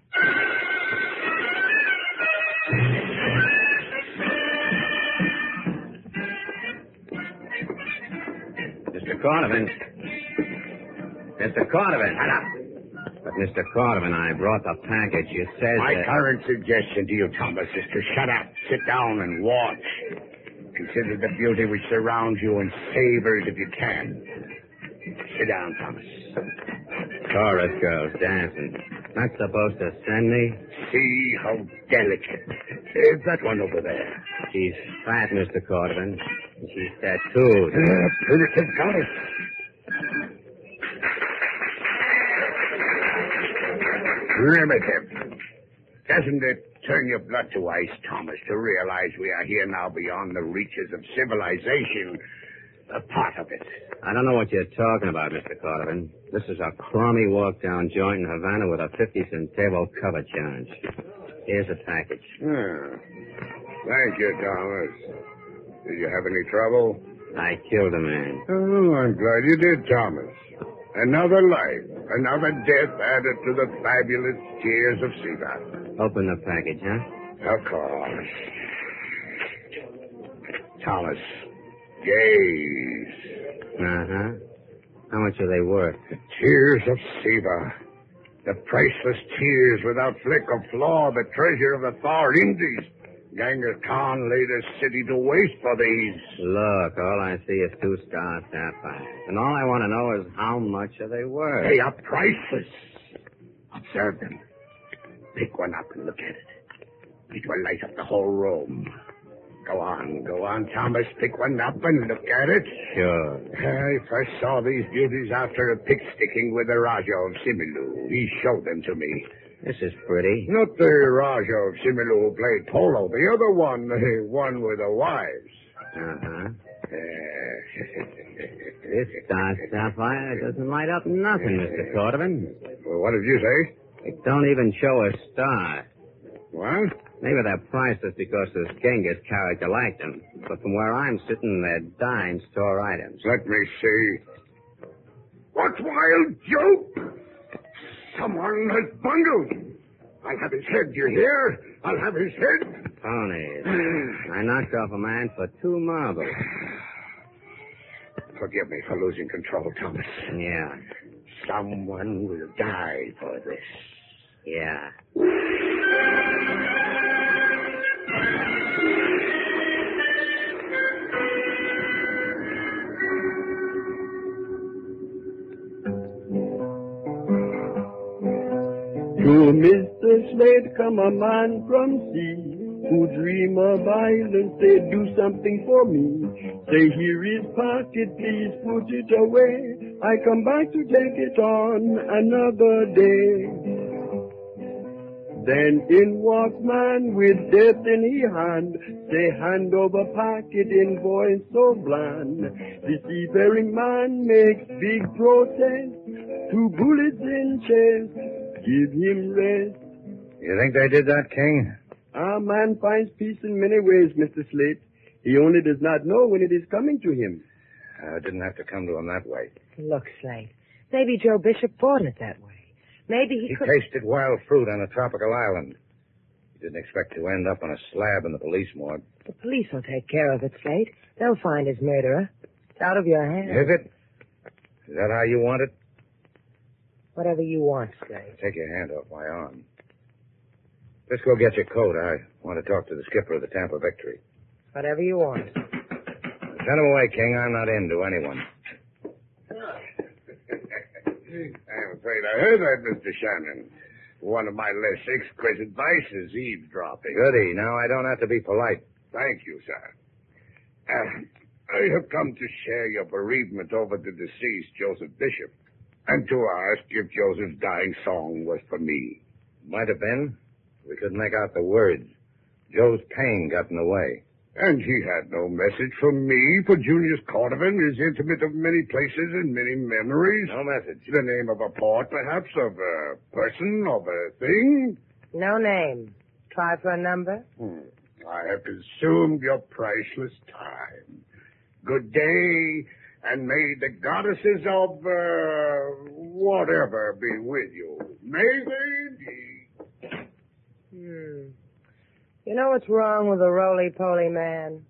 [SPEAKER 13] Mr. Cordovan.
[SPEAKER 10] Mr. Cordovan. Shut up. But Mr. Cordovan, I brought the package. You said
[SPEAKER 9] My
[SPEAKER 10] that-
[SPEAKER 9] current suggestion to you, Thomas, is to shut up, sit down, and watch. Consider the beauty which surrounds you and savor it if you can. Sit down, Thomas.
[SPEAKER 10] Chorus girls dancing. Not supposed to send me?
[SPEAKER 9] See how delicate. Is that one over there?
[SPEAKER 10] She's fat, Mr. Cordovan. And She's tattooed.
[SPEAKER 9] Yeah, primitive goddess. Primitive. Doesn't it turn your blood to ice, Thomas, to realize we are here now beyond the reaches of civilization? A part of it.
[SPEAKER 10] I don't know what you're talking about, Mr. Cordovan. This is a crummy walk-down joint in Havana with a 50-cent table cover charge. Here's the package.
[SPEAKER 12] Hmm. Thank you, Thomas. Did you have any trouble?
[SPEAKER 10] I killed a man.
[SPEAKER 12] Oh, I'm glad you did, Thomas. Another life, another death added to the fabulous tears of Seabat.
[SPEAKER 10] Open the package, huh?
[SPEAKER 12] Of course.
[SPEAKER 9] Thomas. Gaze.
[SPEAKER 10] Uh-huh. How much are they worth?
[SPEAKER 9] Tears of Siva. The priceless tears without flick or flaw, the treasure of the Far Indies. Genghis Khan laid a city to waste for these.
[SPEAKER 10] Look, all I see is two star sapphires. And all I want to know is how much are they worth?
[SPEAKER 9] They are priceless. Observe them. Pick one up and look at it. It will light up the whole room. Go on, go on, Thomas. Pick one up and look at it.
[SPEAKER 10] Sure.
[SPEAKER 9] I first saw these beauties after a pig sticking with the Rajah of Similu. He showed them to me.
[SPEAKER 10] This is pretty.
[SPEAKER 12] Not the Rajah of Similu who played polo, the other
[SPEAKER 9] [laughs]
[SPEAKER 12] one, the one with the wives.
[SPEAKER 10] Uh-huh. [laughs]
[SPEAKER 12] Eh,
[SPEAKER 10] This star sapphire doesn't light up nothing, Mr. Cordovan.
[SPEAKER 12] well, what did you say?
[SPEAKER 10] It don't even show a star.
[SPEAKER 12] What?
[SPEAKER 10] Maybe they're priceless because this Genghis character liked them. But from where I'm sitting, they're dime store items.
[SPEAKER 12] Let me see.
[SPEAKER 9] What wild joke! Someone has bungled. I'll have his head, you hear? I'll have his head. [clears throat]
[SPEAKER 10] Ponies. I knocked off a man for two marbles.
[SPEAKER 9] Forgive me for losing control, Thomas.
[SPEAKER 10] Yeah,
[SPEAKER 9] Someone will die for this. [laughs]
[SPEAKER 10] yeah.
[SPEAKER 8] To Mr. Slade come a man from sea who dream of violence. Say, do something for me. Say, here is pocket, please put it away. I come back to take it on another day. Then in walks man with death in his hand, say hand over pocket in voice so bland. The seafaring man makes big protest, two bullets in chest, give him rest.
[SPEAKER 2] You think they did that, King?
[SPEAKER 8] Our man finds peace in many ways, Mr. Slate. He only does not know when it is coming to him.
[SPEAKER 2] Uh, it didn't have to come to him that way.
[SPEAKER 3] Look, Slate. Maybe Joe Bishop bought it that way. Maybe he,
[SPEAKER 2] He
[SPEAKER 3] could.
[SPEAKER 2] tasted wild fruit on a tropical island. He didn't expect to end up on a slab in the police morgue.
[SPEAKER 3] The police will take care of it, Slate. They'll find his murderer. It's out of your hands.
[SPEAKER 2] Is it? Is that how you want it?
[SPEAKER 3] Whatever you want, Slate.
[SPEAKER 2] Take your hand off my arm. Just go get your coat. I want to talk to the skipper of the Tampa Victory.
[SPEAKER 3] Whatever you want.
[SPEAKER 2] Send him away, King. I'm not into anyone.
[SPEAKER 9] I'm afraid I heard that, Mr. Shannon. One of my less exquisite vices, eavesdropping.
[SPEAKER 2] Goody. Now I don't have to be polite.
[SPEAKER 9] Thank you, sir. Uh, I have come to share your bereavement over the deceased, Joseph Bishop, and to ask if Joseph's dying song was for me.
[SPEAKER 2] Might have been. We couldn't make out the words. Joe's pain got in the way.
[SPEAKER 9] And he had no message for me, for Junius Cordovan is intimate of many places and many memories. No
[SPEAKER 2] message.
[SPEAKER 9] The name of a port, perhaps, of a person, of a thing.
[SPEAKER 3] No name. Try for a number.
[SPEAKER 9] Hmm. I have consumed your priceless time. Good day, and may the goddesses of uh, whatever be with you. May they be.
[SPEAKER 3] Hmm. You know what's wrong with a roly-poly man?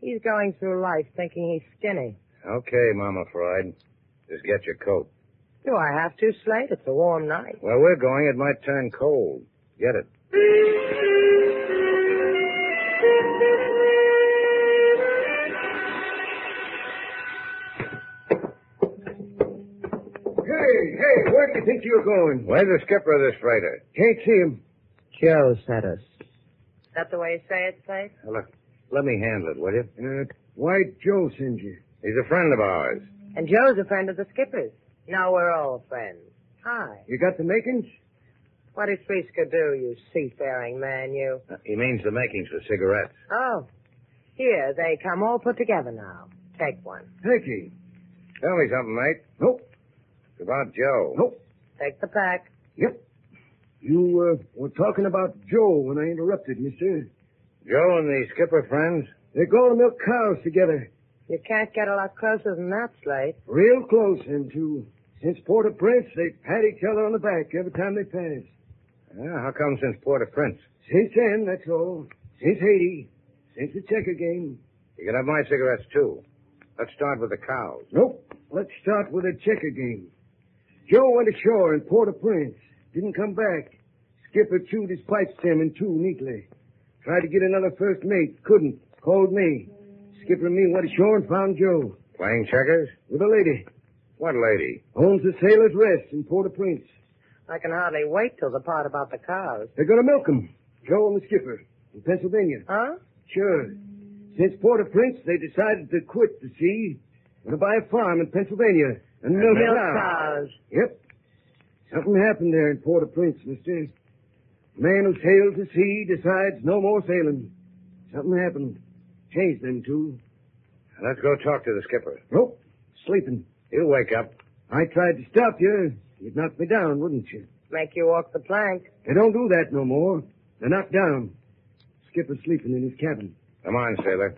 [SPEAKER 3] He's going through life thinking he's skinny.
[SPEAKER 2] Okay, Mama Freud. Just get your coat.
[SPEAKER 3] Do I have to, Slate? It's a warm night.
[SPEAKER 2] Where we're going, it might turn cold. Get it.
[SPEAKER 13] Hey, hey, where do you think you're going?
[SPEAKER 2] Where's the skipper of this freighter?
[SPEAKER 13] Can't see him.
[SPEAKER 3] Joe sent us. Is that the way you say it, Slate?
[SPEAKER 2] Now, Look, let me handle it, will you?
[SPEAKER 13] Uh, White Joe sends you.
[SPEAKER 2] He's a friend of ours.
[SPEAKER 3] And Joe's a friend of the skipper's. Now we're all friends. Hi.
[SPEAKER 13] You got the makings?
[SPEAKER 3] What did Friska do, you seafaring man, you?
[SPEAKER 2] Uh, He means the makings for cigarettes.
[SPEAKER 3] Oh. Here, they come all put together now. Take one.
[SPEAKER 13] Thank you.
[SPEAKER 2] Tell me something, mate. Nope. It's about Joe. Nope.
[SPEAKER 3] Take the pack.
[SPEAKER 13] You uh, were talking about Joe when I interrupted, mister.
[SPEAKER 2] Joe and the skipper friends?
[SPEAKER 13] They're going to milk cows together.
[SPEAKER 3] You can't get a lot closer than that, Slate.
[SPEAKER 13] Real close, and to since Port-au-Prince, they pat each other on the back every time they pass.
[SPEAKER 2] Yeah, how come since Port-au-Prince?
[SPEAKER 13] Since then, that's all. Since Haiti. Since the checker game.
[SPEAKER 2] You can have my cigarettes, too. Let's start with the cows.
[SPEAKER 13] Nope. Let's start with the checker game. Joe went ashore in Port-au-Prince. Didn't come back. Skipper chewed his pipe stem in two neatly. Tried to get another first mate. Couldn't. Called me. Skipper and me went ashore and found Joe.
[SPEAKER 2] Playing checkers?
[SPEAKER 13] With a lady.
[SPEAKER 2] What lady?
[SPEAKER 13] Owns the Sailor's Rest in Port-au-Prince.
[SPEAKER 3] I can hardly wait till the part about the cows.
[SPEAKER 13] They're gonna milk 'em. Joe and the skipper. In Pennsylvania.
[SPEAKER 3] Huh?
[SPEAKER 13] Sure. Since Port-au-Prince, they decided to quit the sea. Gonna buy a farm in Pennsylvania. And milk
[SPEAKER 3] Milk
[SPEAKER 13] cows.
[SPEAKER 3] cows.
[SPEAKER 13] Yep. Something happened there in Port-au-Prince, mister. A man who sails the sea decides no more sailing. Something happened. Changed them two.
[SPEAKER 2] Let's go talk to the skipper.
[SPEAKER 13] Nope. Sleeping.
[SPEAKER 2] He'll wake up.
[SPEAKER 13] I tried to stop you. You'd knock me down, wouldn't you?
[SPEAKER 3] Make you walk the plank.
[SPEAKER 13] They don't do that no more. They're knocked down. Skipper's sleeping in his cabin.
[SPEAKER 2] Come on, sailor.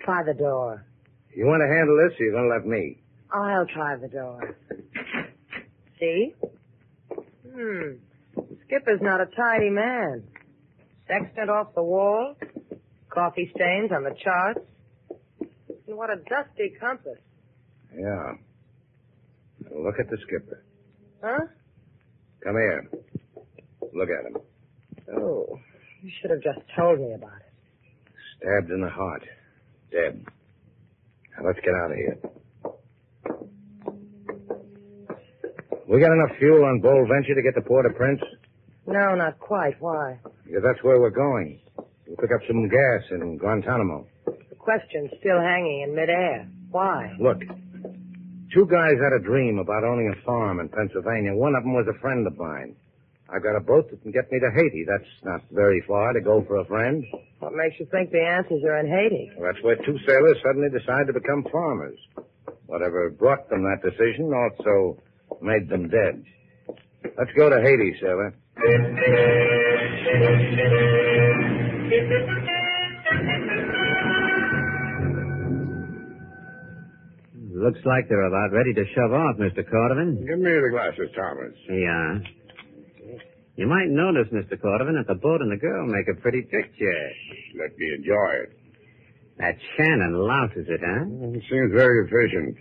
[SPEAKER 3] Try the door.
[SPEAKER 2] You want to handle this, or you're going to let me?
[SPEAKER 3] I'll try the door. See? Hmm. Skipper's not a tidy man. Sextant off the wall. Coffee stains on the charts. And what a dusty compass.
[SPEAKER 2] Yeah. Now Look at the skipper.
[SPEAKER 3] Huh?
[SPEAKER 2] Come here. Look at him.
[SPEAKER 3] Oh, you should have just told me about it.
[SPEAKER 2] Stabbed in the heart. Dead. Now let's get out of here. We got enough fuel on Bold Venture to get to Port-au-Prince?
[SPEAKER 3] No, not quite. Why?
[SPEAKER 2] Because that's where we're going. We'll pick up some gas in Guantanamo.
[SPEAKER 3] The question's still hanging in midair. Why?
[SPEAKER 2] Look, two guys had a dream about owning a farm in Pennsylvania. One of them was a friend of mine. I've got a boat that can get me to Haiti. That's not very far to go for a friend.
[SPEAKER 3] What makes you think the answers are in Haiti?
[SPEAKER 2] Well, that's where two sailors suddenly decide to become farmers. Whatever brought them that decision also made them dead. Let's go to Haiti, sailor.
[SPEAKER 10] Looks like they're about ready to shove off, Mr. Cordovan.
[SPEAKER 9] Give me the glasses, Thomas.
[SPEAKER 10] Yeah. You might notice, Mr. Cordovan, that the boat and the girl make a pretty picture.
[SPEAKER 9] Let me enjoy it.
[SPEAKER 10] That Shannon louses it, huh?
[SPEAKER 9] It seems very efficient.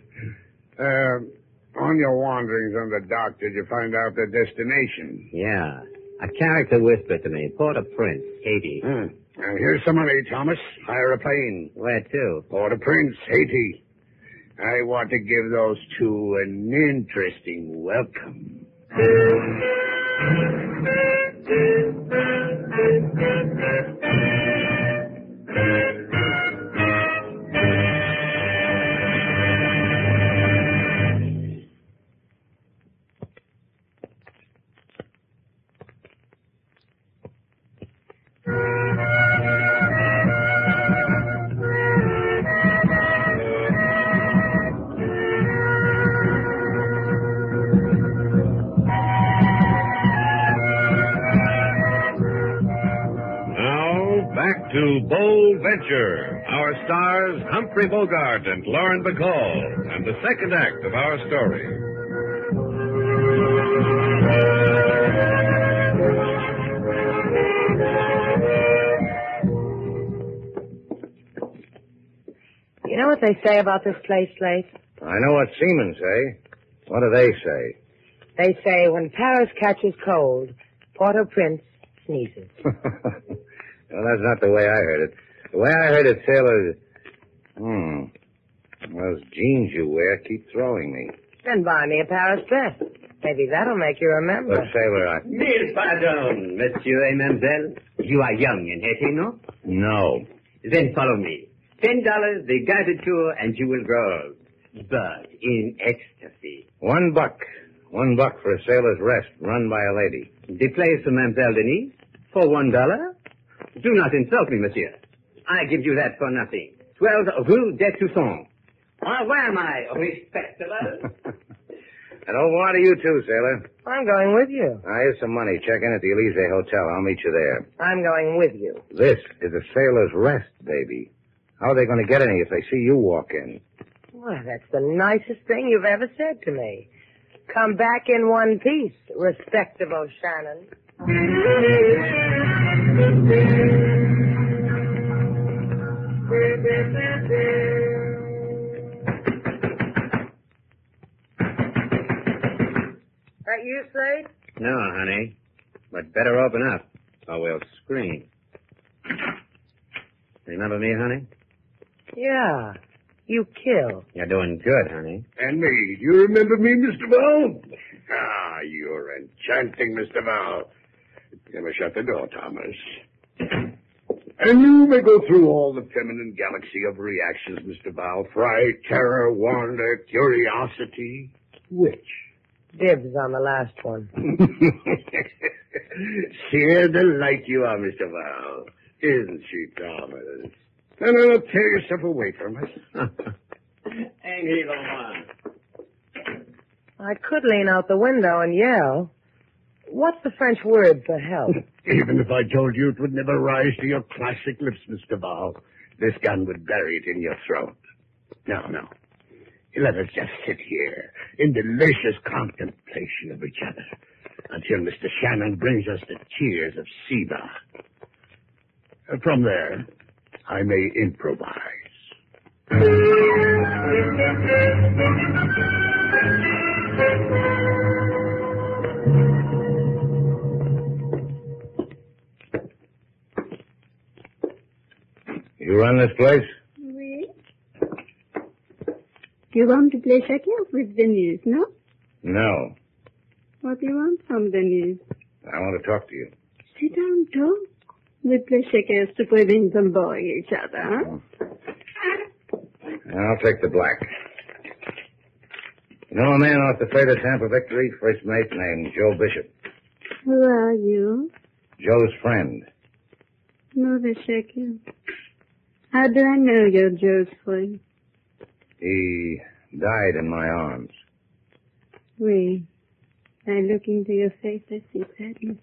[SPEAKER 9] Uh, on your wanderings on the dock, did you find out their destination?
[SPEAKER 10] Yeah. A character whispered to me, Port-au-Prince, Haiti.
[SPEAKER 9] Hmm. Now, here's some money, Thomas. Hire a plane.
[SPEAKER 10] Where to?
[SPEAKER 9] Port-au-Prince, Haiti. I want to give those two an interesting welcome.
[SPEAKER 1] Now, back to Bold Venture. Our stars, Humphrey Bogart and Lauren Bacall, and the second act of our story.
[SPEAKER 3] You know what they say about this place, Slate?
[SPEAKER 2] I know what seamen say. What do they say?
[SPEAKER 3] They say when Paris catches cold, Port-au-Prince sneezes.
[SPEAKER 2] Well, that's not the way I heard it. The way I heard it, sailors. Hmm. Those jeans you wear keep throwing me.
[SPEAKER 3] Then buy me a Paris dress. Maybe that'll make you remember.
[SPEAKER 2] Look, sailor, I.
[SPEAKER 10] Mille pardon, monsieur et mademoiselle. You are young in Haiti, no?
[SPEAKER 2] No.
[SPEAKER 10] Then follow me. Ten dollars, the guided tour, and you will grow old. But in ecstasy.
[SPEAKER 2] One buck. One buck for a sailor's rest run by a lady.
[SPEAKER 10] The place of Mademoiselle Denise? For one dollar? Do not insult me, monsieur. I give you that for nothing. Twelve Rue des Toussaint. Au revoir, my respectable.
[SPEAKER 2] And au revoir to you too, sailor.
[SPEAKER 3] I'm going with you.
[SPEAKER 2] Now, here's some money. Check in at the Elysee Hotel. I'll meet you there.
[SPEAKER 3] I'm going with you.
[SPEAKER 2] This is a sailor's rest, baby. How are they going to get any if they see you walk in?
[SPEAKER 3] Well, that's the nicest thing you've ever said to me. Come back in one piece, respectable Shannon. That you, Slade?
[SPEAKER 10] No, honey. But better open up, or we'll scream. Remember me, honey?
[SPEAKER 3] Yeah. You kill.
[SPEAKER 10] You're doing good, honey.
[SPEAKER 9] And me. Do you remember me, Mr. Val? Ah, you're enchanting, Mr. Val. Never shut the door, Thomas. [clears throat] And you may go through all the feminine galaxy of reactions, Mr. Val. Fright, terror, wonder, curiosity. Which?
[SPEAKER 3] Dibs on the last one.
[SPEAKER 9] Sheer delight you are, Mr. Val. Isn't she, Thomas? No, no, no, tear yourself away from us.
[SPEAKER 10] Ain't he the one?
[SPEAKER 3] I could lean out the window and yell. What's the French word for
[SPEAKER 9] [laughs]
[SPEAKER 3] help?
[SPEAKER 9] Even if I told you, it would never rise to your classic lips, Mr. Val. This gun would bury it in your throat. No, no. Let us just sit here in delicious contemplation of each other until Mr. Shannon brings us the tears of Seba. Uh, From there, I may improvise.
[SPEAKER 2] You run this place?
[SPEAKER 4] [laughs]
[SPEAKER 15] Oui. You want to play checkers with Denise, no?
[SPEAKER 2] No.
[SPEAKER 15] What do you want from Denise?
[SPEAKER 2] I want to talk to you.
[SPEAKER 15] Sit down, Joe. We play checkers to prevent them boring each other, huh?
[SPEAKER 2] I'll take the black. You know a man off the freighter Tampa Victory, first mate named Joe Bishop.
[SPEAKER 16] Who are you,
[SPEAKER 2] Joe's friend.
[SPEAKER 16] Mother Shaker? How do I know you're Joe's friend?
[SPEAKER 2] He died in my arms.
[SPEAKER 16] Wait. I look into your face, I see sadness.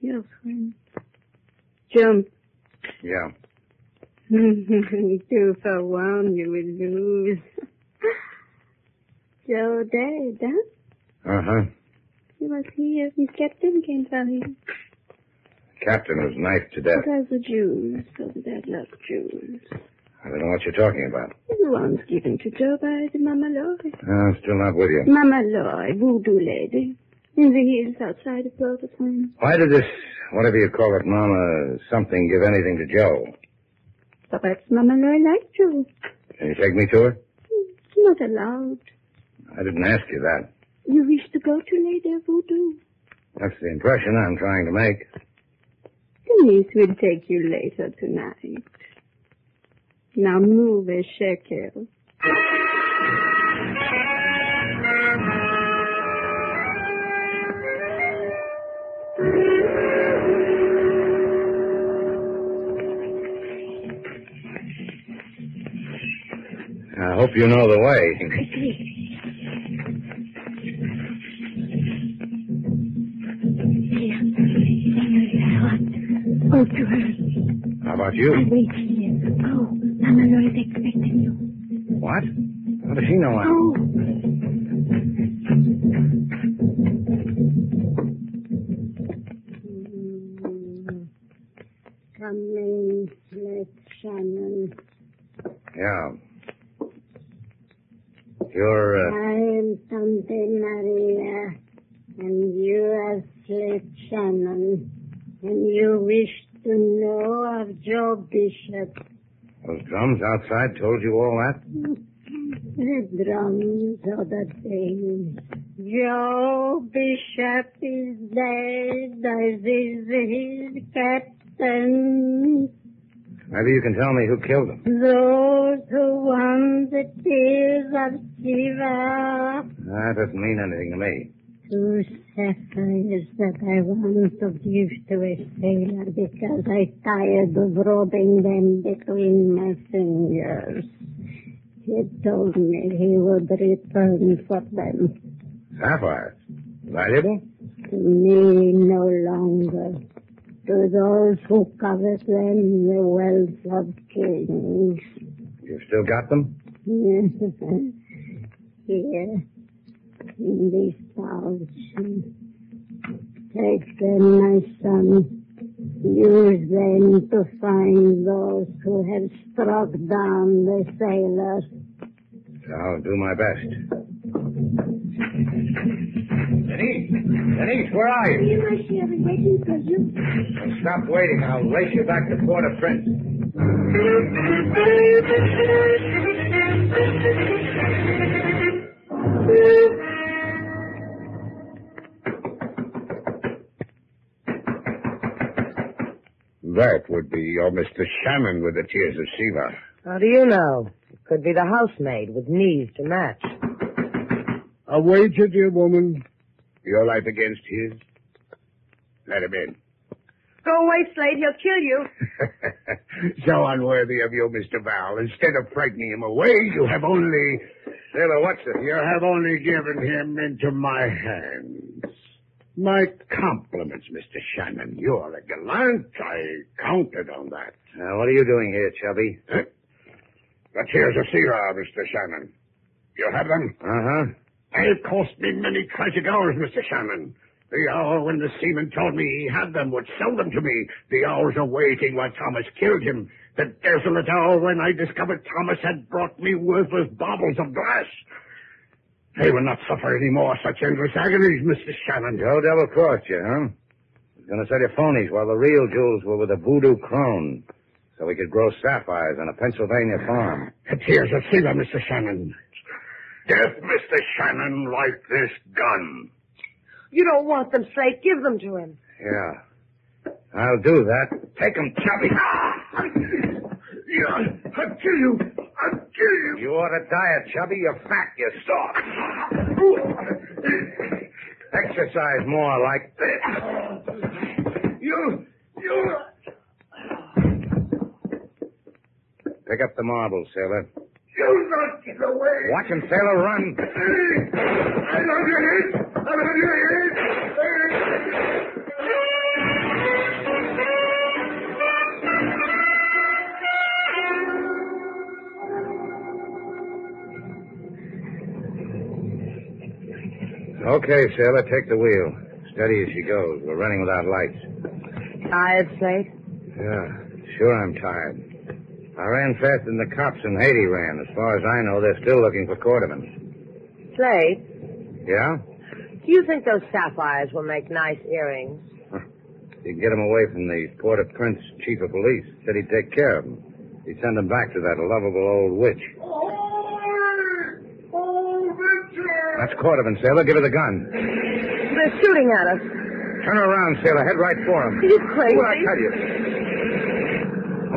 [SPEAKER 16] Your friend. Jump.
[SPEAKER 2] [laughs]
[SPEAKER 16] [laughs]
[SPEAKER 2] Yeah.
[SPEAKER 16] Too far one, you will lose. [laughs] Joe dead, huh?
[SPEAKER 2] Uh huh.
[SPEAKER 16] He was here. His captain came for him.
[SPEAKER 2] Captain was knifed to
[SPEAKER 16] That
[SPEAKER 2] death.
[SPEAKER 16] was the Jews. So that love Jews.
[SPEAKER 2] I don't know what you're talking about.
[SPEAKER 16] The ones given to Joe by the Mama Lloyd.
[SPEAKER 2] No, I'm still not with you.
[SPEAKER 16] Mama Lloyd, voodoo lady. In the hills outside of Palestine.
[SPEAKER 2] Why did this, whatever you call it, Mama, something give anything to Joe?
[SPEAKER 16] Perhaps Mama Lloyd liked Joe.
[SPEAKER 2] Can you take me to her?
[SPEAKER 16] Not allowed.
[SPEAKER 2] I didn't ask you that.
[SPEAKER 16] You wish to go to Lady Voodoo?
[SPEAKER 2] That's the impression I'm trying to make.
[SPEAKER 16] Denise will take you later tonight. Now move a shekel.
[SPEAKER 2] I hope you know the
[SPEAKER 13] [laughs]
[SPEAKER 2] way.
[SPEAKER 4] Oh, to her.
[SPEAKER 2] How about
[SPEAKER 4] I
[SPEAKER 2] you?
[SPEAKER 4] wait here. Go. Mama Lloyd's expecting you.
[SPEAKER 2] What? How does she know I'm...
[SPEAKER 4] Go.
[SPEAKER 16] Come in, let Shannon.
[SPEAKER 2] Yeah. You're, uh,
[SPEAKER 16] I am Tante Maria, and you are Slip Shannon, and you wish to know of Joe Bishop.
[SPEAKER 2] those drums outside told you all that?
[SPEAKER 16] The drums are the same. Joe Bishop is dead, as is his captain.
[SPEAKER 2] Maybe you can tell me who killed him.
[SPEAKER 16] Those who won the tears of Shiva.
[SPEAKER 2] That doesn't mean anything to me.
[SPEAKER 16] Two sapphires that I want to give to a sailor because I tired of rubbing them between my fingers. He told me he would return for them.
[SPEAKER 2] Sapphire. Valuable?
[SPEAKER 16] To me, no longer. To those who covet them, the wealth of kings.
[SPEAKER 2] You've still got them?
[SPEAKER 16] Here, in this pouch. Take them, my son. Use them to find those who have struck down the sailors.
[SPEAKER 2] I'll do my best. Denise! Denise, where are you?
[SPEAKER 16] Here, my sherry, waiting for you.
[SPEAKER 2] Stop waiting. I'll race you back to Port-au-Prince.
[SPEAKER 9] That would be your Mr. Shannon with the tears of Shiva.
[SPEAKER 3] How do you know? It could be the housemaid with knees to match.
[SPEAKER 9] A wager, dear woman. Your life against his? Let him in. [laughs]
[SPEAKER 15] Go away, Slade. He'll kill you.
[SPEAKER 9] So unworthy of you, Mr. Val. Instead of frightening him away, you have only... Sailor, what's it? You have only given him into my hands. My compliments, Mr. Shannon. You are a gallant. I counted on that.
[SPEAKER 2] Now, what are you doing here, Chubby?
[SPEAKER 9] The tears of Sierra, Mr. Shannon. You have them?
[SPEAKER 2] Uh-huh.
[SPEAKER 9] They've cost me many tragic hours, Mr. Shannon. The hour when the seaman told me he had them would sell them to me. The hours of waiting while Thomas killed him. The desolate hour when I discovered Thomas had brought me worthless baubles of glass. I will not suffer any more such endless agonies, Mr. Shannon.
[SPEAKER 2] Joe double-crossed you, huh? He's gonna sell you phonies while the real jewels were with a voodoo crone. So we could grow sapphires on a Pennsylvania
[SPEAKER 9] [laughs]
[SPEAKER 2] farm.
[SPEAKER 9] The tears of Sila, Mr. Shannon. Death, Mr. Shannon, like this gun.
[SPEAKER 15] You don't want them, Slade. Give them to him.
[SPEAKER 2] Yeah. I'll do that.
[SPEAKER 9] Take him, Chubby. Yeah, I'll kill you.
[SPEAKER 4] I'll kill you.
[SPEAKER 2] You ought to diet, Chubby. You're fat, you stalk. Exercise more like this.
[SPEAKER 4] You, you.
[SPEAKER 2] Pick up the marbles, sailor.
[SPEAKER 4] You'll not get away.
[SPEAKER 2] Watch him, sailor,
[SPEAKER 9] [laughs]
[SPEAKER 2] run.
[SPEAKER 4] I love you, Ed. I love you, Ed.
[SPEAKER 2] Okay, sailor, take the wheel. Steady as she goes. We're running without lights.
[SPEAKER 3] Tired, Slate?
[SPEAKER 2] Yeah, sure I'm tired. I ran faster than the cops in Haiti ran. As far as I know, they're still looking for Quarterman.
[SPEAKER 3] Slate,
[SPEAKER 2] Yeah?
[SPEAKER 3] do you think those sapphires will make nice earrings?
[SPEAKER 2] You can get him away from the Port-au-Prince chief of police. Said he'd take care of him. He'd send him back to that lovable old witch.
[SPEAKER 4] Oh, Victor.
[SPEAKER 2] That's Quarterman, sailor. Give her the gun.
[SPEAKER 3] They're shooting at us.
[SPEAKER 2] Turn around, sailor. Head right for him.
[SPEAKER 3] Are you crazy?
[SPEAKER 2] What I tell you?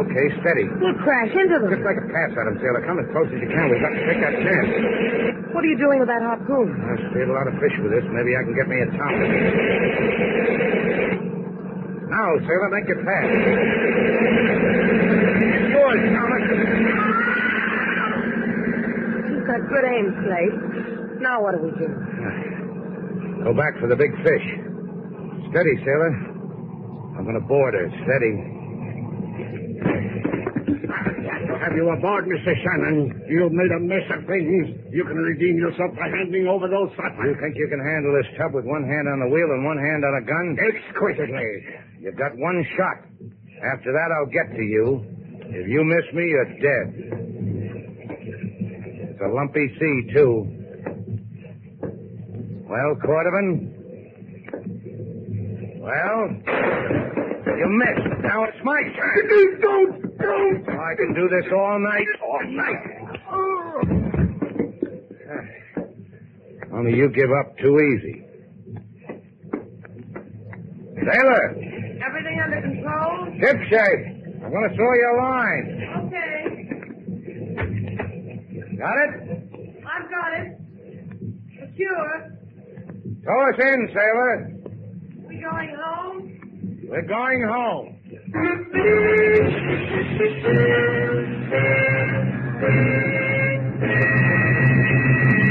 [SPEAKER 2] Okay, steady.
[SPEAKER 3] We'll crash into them.
[SPEAKER 2] Just like a pass at him, sailor. Come as close as you can. We've got to take that chance.
[SPEAKER 3] What are you doing with that harpoon?
[SPEAKER 2] I speared a lot of fish with this. Maybe I can get me a top. Now, Oh, sailor, make your pass. It's yours, Thomas.
[SPEAKER 3] You've got good aim, Slate. Now what do we do?
[SPEAKER 9] [sighs]
[SPEAKER 2] Go back for the big fish. Steady, sailor. I'm going to board her. Steady.
[SPEAKER 4] Have you aboard, Mr. Shannon? You made a mess of things. You can redeem yourself by handing over those
[SPEAKER 2] You think you can handle this tub with one hand on the wheel and one hand on a gun?
[SPEAKER 4] Exquisitely.
[SPEAKER 2] You've got one shot. After that, I'll get to you. If you miss me, you're dead. It's a lumpy sea, too. Well, Cordovan? Well? You missed. Now it's my turn. Don't, don't. I can do this all night. All night. Only you give up too easy. Sailor!
[SPEAKER 3] Everything under control?
[SPEAKER 2] Ship shape. I'm going to throw you a line.
[SPEAKER 3] Okay.
[SPEAKER 2] Got it?
[SPEAKER 3] I've got it. Secure.
[SPEAKER 2] Tow us in, sailor.
[SPEAKER 3] We going home?
[SPEAKER 2] We're going home.
[SPEAKER 3] [laughs]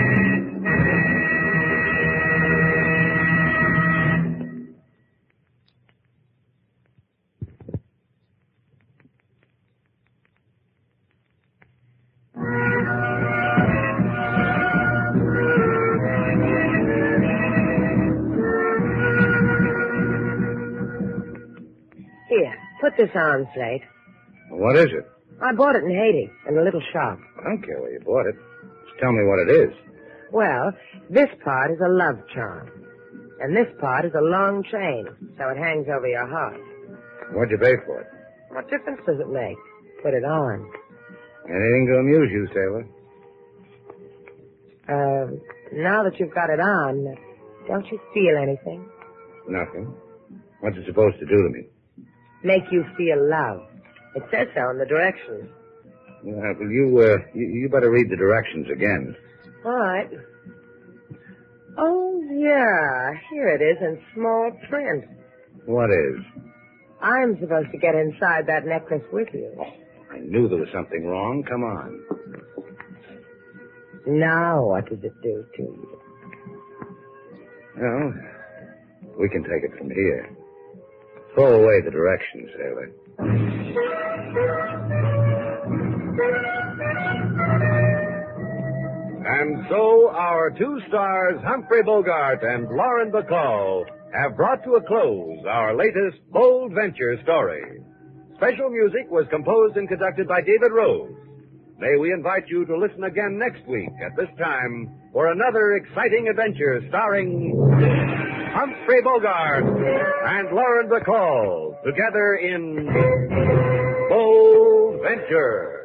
[SPEAKER 3] Here, put this on, Slate.
[SPEAKER 2] What is it?
[SPEAKER 3] I bought it in Haiti, in a little shop.
[SPEAKER 2] I don't care where you bought it. Just tell me what it is.
[SPEAKER 3] Well, this part is a love charm. And this part is a long chain, so it hangs over your heart.
[SPEAKER 2] What'd you pay for it?
[SPEAKER 3] What difference does it make? Put it on.
[SPEAKER 2] Anything to amuse you, sailor.
[SPEAKER 3] Uh, now that you've got it on, don't you feel anything?
[SPEAKER 2] Nothing. What's it supposed to do to me?
[SPEAKER 3] Make you feel love. It says so in the directions.
[SPEAKER 2] Uh, well, you, uh, you, you better read the directions again.
[SPEAKER 3] All right. Oh, yeah. Here it is in small print.
[SPEAKER 2] What is?
[SPEAKER 3] I'm supposed to get inside that necklace with you.
[SPEAKER 2] I knew there was something wrong. Come on.
[SPEAKER 3] Now what does it do to you?
[SPEAKER 2] Well, we can take it from here. Throw away the directions, sailor.
[SPEAKER 1] And so our two stars, Humphrey Bogart and Lauren Bacall, have brought to a close our latest bold venture story. Special music was composed and conducted by David Rose. May we invite you to listen again next week at this time for another exciting adventure starring Humphrey Bogart and Lauren Bacall together in Bold Venture.